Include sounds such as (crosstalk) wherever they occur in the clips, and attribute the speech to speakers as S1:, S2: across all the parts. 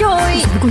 S1: còn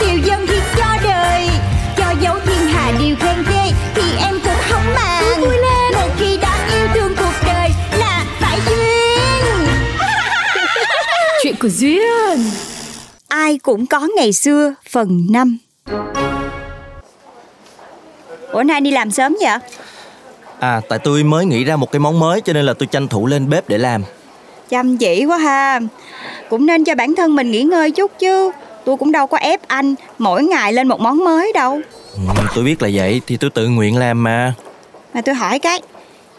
S2: Điều dân thì cho đời Cho dấu thiên hà điều khen ghê Thì em cũng không màng
S1: vui lên.
S2: Một khi đã yêu thương cuộc đời Là phải duyên
S1: Chuyện của duyên
S2: Ai cũng có ngày xưa phần 5 Ủa nay đi làm sớm vậy?
S3: À, tại tôi mới nghĩ ra một cái món mới cho nên là tôi tranh thủ lên bếp để làm.
S2: Chăm chỉ quá ha Cũng nên cho bản thân mình nghỉ ngơi chút chứ Tôi cũng đâu có ép anh mỗi ngày lên một món mới đâu
S3: Ừ, tôi biết là vậy thì tôi tự nguyện làm mà.
S2: Mà tôi hỏi cái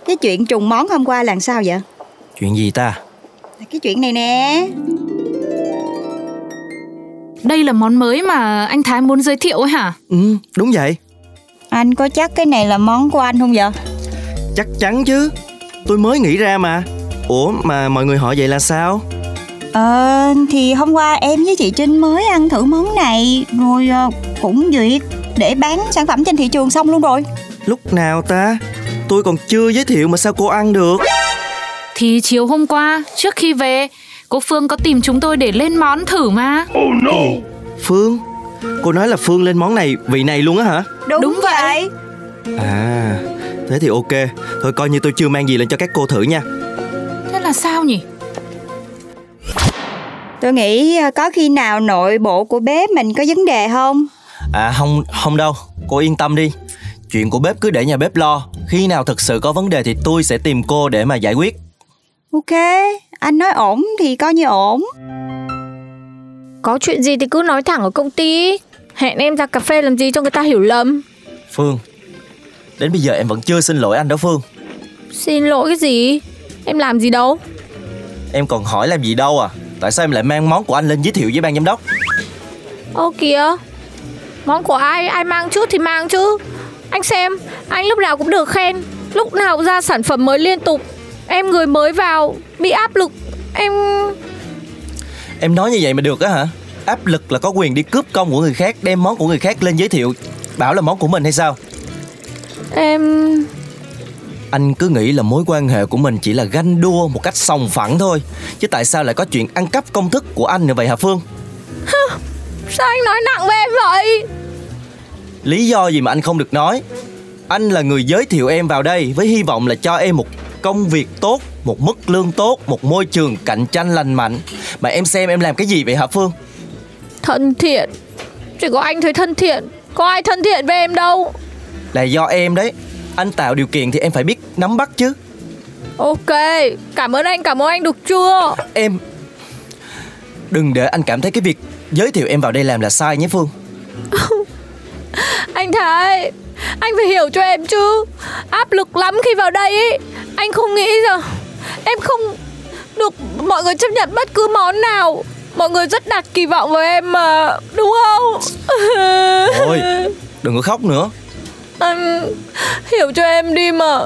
S2: Cái chuyện trùng món hôm qua là sao vậy?
S3: Chuyện gì ta?
S2: Cái chuyện này nè
S4: Đây là món mới mà anh Thái muốn giới thiệu ấy hả?
S3: Ừ, đúng vậy.
S2: Anh có chắc cái này là món của anh không vậy?
S3: Chắc chắn chứ. Tôi mới nghĩ ra mà. Ủa mà mọi người hỏi vậy là sao?
S2: Ờ thì hôm qua em với chị Trinh mới ăn thử món này Rồi ờ, cũng duyệt để bán sản phẩm trên thị trường xong luôn rồi
S3: Lúc nào ta? Tôi còn chưa giới thiệu mà sao cô ăn được?
S4: Thì chiều hôm qua, trước khi về, cô Phương có tìm chúng tôi để lên món thử mà.
S3: Phương, cô nói là Phương lên món này vị này luôn á hả?
S2: Đúng,
S4: Đúng vậy.
S2: vậy
S3: À, thế thì ok. Thôi coi như tôi chưa mang gì lên cho các cô thử nha.
S4: Thế là sao nhỉ?
S2: Tôi nghĩ ờ, có khi nào nội bộ của bếp mình có vấn đề không?
S3: À không, không đâu, cô yên tâm đi Chuyện của bếp cứ để nhà bếp lo Khi nào thật sự có vấn đề thì tôi sẽ tìm cô để mà giải quyết
S2: Ok, anh nói ổn thì coi như ổn
S5: Có chuyện gì thì cứ nói thẳng ở công ty Hẹn em ra cà phê làm gì cho người ta hiểu lầm
S3: Phương Đến bây giờ em vẫn chưa xin lỗi anh đó Phương
S5: Xin lỗi cái gì Em làm gì đâu
S3: Em còn hỏi làm gì đâu à Tại sao em lại mang món của anh lên giới thiệu với ban giám đốc
S5: Ô kìa Món của ai ai mang trước thì mang chứ Anh xem Anh lúc nào cũng được khen Lúc nào cũng ra sản phẩm mới liên tục Em người mới vào Bị áp lực Em
S3: Em nói như vậy mà được á hả Áp lực là có quyền đi cướp công của người khác Đem món của người khác lên giới thiệu Bảo là món của mình hay sao
S5: Em
S3: Anh cứ nghĩ là mối quan hệ của mình chỉ là ganh đua Một cách sòng phẳng thôi Chứ tại sao lại có chuyện ăn cắp công thức của anh nữa vậy hả Phương
S5: Sao anh nói nặng với em vậy
S3: Lý do gì mà anh không được nói Anh là người giới thiệu em vào đây Với hy vọng là cho em một công việc tốt Một mức lương tốt Một môi trường cạnh tranh lành mạnh Mà em xem em làm cái gì vậy hả Phương
S5: Thân thiện Chỉ có anh thấy thân thiện Có ai thân thiện với em đâu
S3: Là do em đấy Anh tạo điều kiện thì em phải biết nắm bắt chứ
S5: Ok Cảm ơn anh cảm ơn anh được chưa
S3: Em Đừng để anh cảm thấy cái việc Giới thiệu em vào đây làm là sai nhé Phương
S5: Anh Thái Anh phải hiểu cho em chứ Áp lực lắm khi vào đây ý Anh không nghĩ rằng Em không được mọi người chấp nhận bất cứ món nào Mọi người rất đặt kỳ vọng vào em mà Đúng không?
S3: Thôi đừng có khóc nữa
S5: (laughs) Anh hiểu cho em đi mà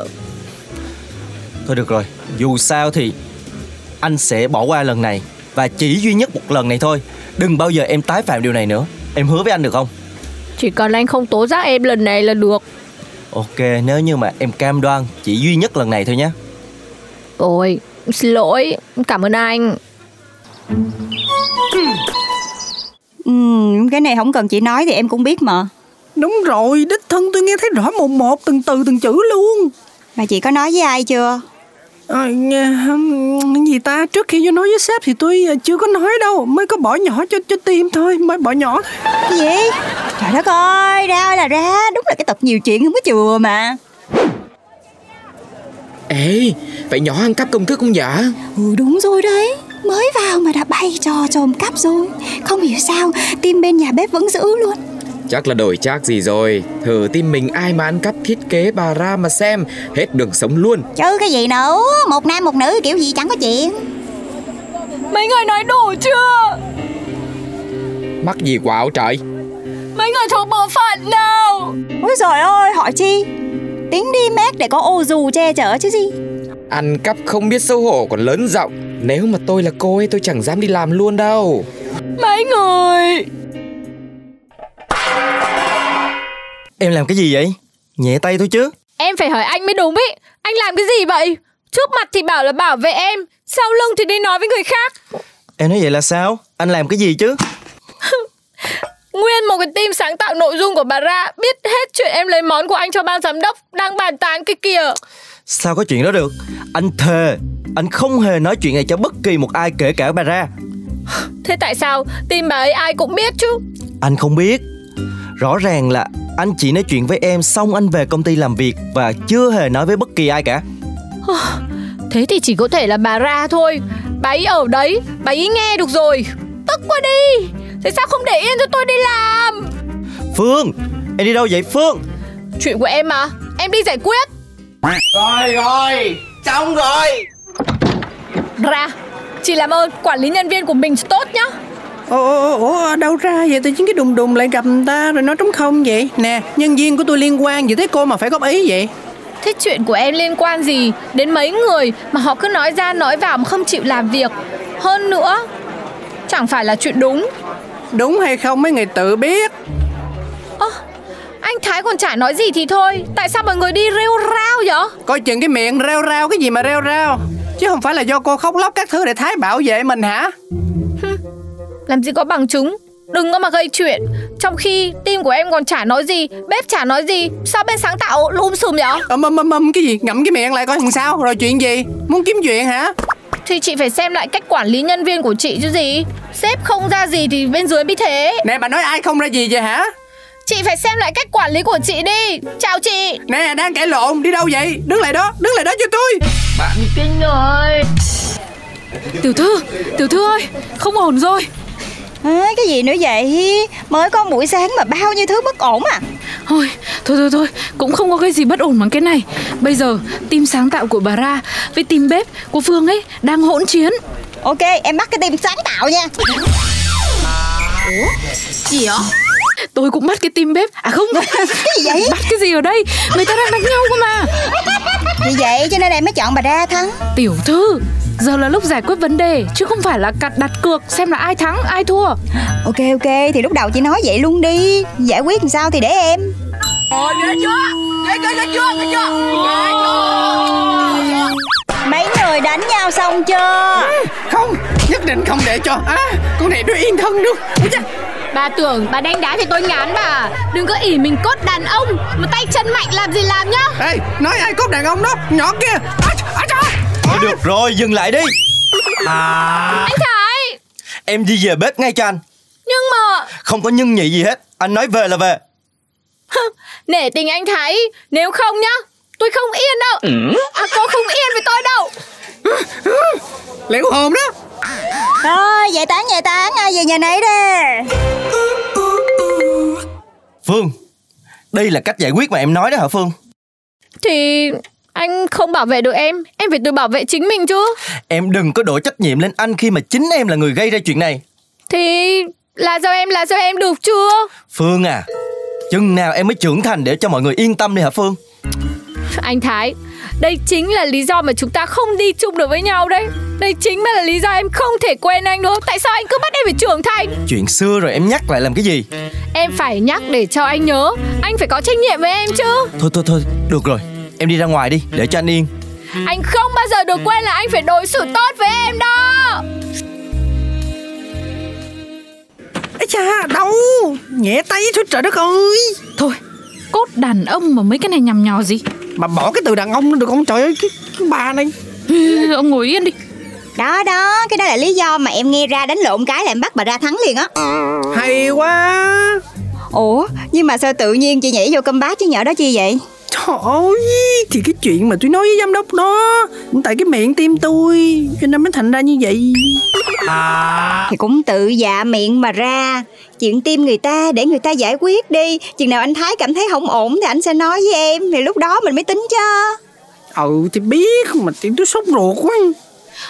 S3: Thôi được rồi Dù sao thì Anh sẽ bỏ qua lần này Và chỉ duy nhất một lần này thôi Đừng bao giờ em tái phạm điều này nữa Em hứa với anh được không
S5: Chỉ cần anh không tố giác em lần này là được
S3: Ok, nếu như mà em cam đoan chỉ duy nhất lần này thôi nhé.
S5: Ôi xin lỗi Cảm ơn anh
S2: Ừ, cái này không cần chị nói thì em cũng biết mà
S1: Đúng rồi Đích thân tôi nghe thấy rõ một một Từng từ từng chữ luôn
S2: Mà chị có nói với ai chưa?
S6: Ờ, nghe, ừm, cái gì ta trước khi vô nói với sếp thì tôi ờ, chưa có nói đâu mới có bỏ nhỏ cho cho tim thôi mới bỏ nhỏ thôi.
S2: Cái gì? Trời đất ơi, ra ơi là ra Đúng là cái tật nhiều chuyện không có chừa mà
S7: Ê, vậy nhỏ ăn cắp công thức không dạ?
S2: Ừ đúng rồi đấy Mới vào mà đã bay trò trồm cắp rồi Không hiểu sao Tim bên nhà bếp vẫn giữ luôn
S7: Chắc là đổi chác gì rồi Thử tin mình ai mà ăn cắp thiết kế bà ra mà xem Hết đường sống luôn
S2: Chứ cái gì nữa Một nam một nữ kiểu gì chẳng có chuyện
S5: Mấy người nói đủ chưa
S7: Mắc gì quá áo trời
S5: Mấy người thuộc bộ phận nào
S2: Ôi trời ơi hỏi chi Tính đi mét để có ô dù che chở chứ gì
S7: Ăn cắp không biết xấu hổ còn lớn giọng Nếu mà tôi là cô ấy tôi chẳng dám đi làm luôn đâu
S5: Mấy người
S3: Em làm cái gì vậy? Nhẹ tay thôi chứ.
S5: Em phải hỏi anh mới đúng ý Anh làm cái gì vậy Trước mặt thì bảo là bảo vệ em Sau lưng thì đi nói với người khác
S3: Em nói vậy là sao? Anh làm cái gì chứ?
S5: Nguyên một cái team sáng tạo nội dung của bà ra Biết hết chuyện em lấy món của anh cho ban giám đốc Đang bàn tán cái kìa
S3: Sao có chuyện đó được? Anh thề, anh không hề nói chuyện này cho bất kỳ một ai kể cả bà ra.
S5: Thế tại sao team bà ấy ai cũng biết chứ
S3: Anh không biết. Rõ ràng là anh chỉ nói chuyện với em xong anh về công ty làm việc và chưa hề nói với bất kỳ ai cả.
S5: Thế thì chỉ có thể là bà ra thôi Bà ấy ở đấy Bà ấy nghe được rồi Tức quá đi Thế sao không để yên cho tôi đi làm
S3: Phương, em đi đâu vậy Phương?
S5: Chuyện của em mà Em đi giải quyết Rồi rồi Xong rồi Ra Chị làm ơn quản lý nhân viên của mình cho tốt nhá
S6: Ồ, ồ, ồ, ồ, đâu ra vậy? Tự nhiên cái đùng đùng lại gặp người ta rồi nói trống không vậy? Nè, nhân viên của tôi liên quan gì tới cô mà phải góp ý vậy?
S5: Thế chuyện của em liên quan gì Đến mấy người mà họ cứ nói ra nói vào mà không chịu làm việc Hơn nữa Chẳng phải là chuyện đúng
S6: Đúng hay không mấy người tự biết.
S5: Ơ, Anh Thái còn chả nói gì thì thôi Tại sao mọi người đi rêu rao vậy
S6: Coi chừng cái miệng reo rao cái gì mà reo rao. Chứ không phải là do cô khóc lóc các thứ để Thái bảo vệ mình hả?
S5: Làm gì có bằng chứng Đừng có mà gây chuyện Trong khi team của em còn chả nói gì Bếp chả nói gì Sao bên sáng tạo lùm xùm vậy
S6: Ầm ầm ầm ầm cái gì? Ngậm cái miệng lại coi làm sao? Rồi chuyện gì? Muốn kiếm chuyện hả?
S5: Thì chị phải xem lại cách quản lý nhân viên của chị chứ gì Sếp không ra gì thì bên dưới mới thế
S6: Nè bà nói ai không ra gì vậy hả?
S5: Chị phải xem lại cách quản lý của chị đi Chào chị
S6: Nè đang cãi lộn đi đâu vậy? Đứng lại đó, đứng lại đó cho tôi.
S4: Tiểu thư, tiểu thư ơi, không ổn rồi.
S2: à, Cái gì nữa vậy Mới có buổi sáng mà bao nhiêu thứ bất ổn à
S4: Thôi, thôi thôi thôi, cũng không có cái gì bất ổn bằng cái này. Bây giờ, team sáng tạo của bà Ra với team bếp của Phương ấy đang hỗn chiến.
S2: Ok em bắt cái tim sáng tạo nha
S4: Tôi cũng bắt cái team bếp.
S1: (laughs)
S4: À không,
S2: Cái gì vậy
S4: bắt cái gì ở đây? Người ta đang đánh nhau cơ mà.
S2: Vì vậy cho nên em mới chọn bà ra thắng
S4: Tiểu thư, giờ là lúc giải quyết vấn đề chứ không phải là cặt đặt cược xem là ai thắng, ai thua.
S2: Ok ok thì lúc đầu chị nói vậy luôn đi Giải quyết làm sao thì để em Mấy người đánh nhau xong chưa
S6: Không, nhất định không để cho. À, con này nó yên thân luôn. Ôi chà.
S5: Bà tưởng bà đánh đá thì tôi ngán bà Đừng có ỉ mình cốt đàn ông Mà tay chân mạnh làm gì làm nhá
S6: Ê, nói ai cốt đàn ông đó, nhỏ kia. À, chà, à, chà.
S3: Thôi được rồi, dừng lại đi. À,
S5: Anh Thái
S3: em đi về bếp ngay cho anh.
S5: Nhưng mà
S3: Không có nhân nhị gì hết. Anh nói về là về.
S5: Nể tình anh Thái Nếu không nhá Tôi không yên đâu À cô không yên với tôi đâu
S6: Liệu hồn đó.
S2: Rồi giải tán giải tán ai về nhà nấy đi
S3: Phương, đây là cách giải quyết mà em nói đó hả Phương?
S5: Thì anh không bảo vệ được em Em phải tự bảo vệ chính mình chứ
S3: Em đừng có đổ trách nhiệm lên anh khi mà chính em là người gây ra chuyện này.
S5: Thì là do em là do em được chưa
S3: Phương à, chừng nào em mới trưởng thành để cho mọi người yên tâm đi hả Phương?
S5: Anh Thái Đây chính là lý do mà chúng ta không đi chung được với nhau đấy Đây chính là lý do em không thể quên anh đúng không Tại sao anh cứ bắt em phải trưởng thành
S3: Chuyện xưa rồi em nhắc lại làm cái gì?
S5: Em phải nhắc để cho anh nhớ Anh phải có trách nhiệm với em chứ
S3: Thôi thôi thôi, được rồi. Em đi ra ngoài đi, để cho anh yên.
S5: Anh không bao giờ được quên là anh phải đối xử tốt với em đó
S6: Ây chà, đau. Nhẹ tay thôi trời đất ơi.
S4: Thôi, cốt đàn ông mà mấy cái này nhằm nhò gì.
S6: Mà bỏ cái từ đàn ông nó được không trời ơi, cái, cái bà này.
S4: Hừ, Ông ngồi yên đi.
S2: Đó đó cái đó là lý do mà em nghe ra đánh lộn cái là em bắt bà ra thắng liền á
S6: Hay quá.
S2: Ủa nhưng mà sao tự nhiên chị nhảy vô combat chứ nhỏ đó chi vậy
S6: Trời ơi, thì cái chuyện mà tôi nói với giám đốc đó Tại cái miệng tim tôi Cho nên mới thành ra như vậy
S2: Thì cũng tự dạ miệng mà ra Chuyện tim người ta để người ta giải quyết đi Chừng nào anh Thái cảm thấy không ổn Thì anh sẽ nói với em Thì lúc đó mình mới tính chứ
S6: Ừ thì biết mà thì tôi sốt ruột quá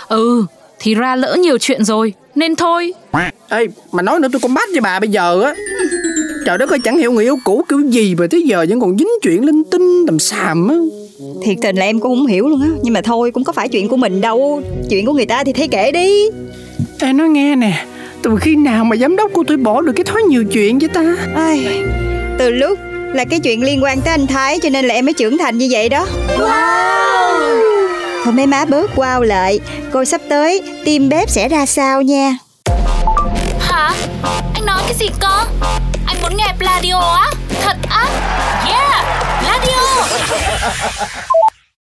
S4: Ừ, thì ra lỡ nhiều chuyện rồi, nên thôi.
S6: Ê, mà nói nữa tôi cũng bắt với bà bây giờ á Trời đất ơi chẳng hiểu người yêu cũ kiểu gì mà tới giờ vẫn còn dính chuyện linh tinh tầm xàm á
S2: Thiệt tình là em cũng không hiểu luôn á Nhưng mà thôi cũng có phải chuyện của mình đâu Chuyện của người ta thì thấy kể đi
S6: Ê nói nghe nè Từ khi nào mà giám đốc của tôi bỏ được cái thói nhiều chuyện với ta
S2: Ai, Từ lúc là cái chuyện liên quan tới anh Thái Cho nên là em mới trưởng thành như vậy đó Wow Thôi mấy má bớt wow lại Coi sắp tới tim bếp sẽ ra sao nha
S8: Hả? Anh nói cái gì cơ? Anh muốn nghe Pladio á? Thật á? Yeah! Pladio!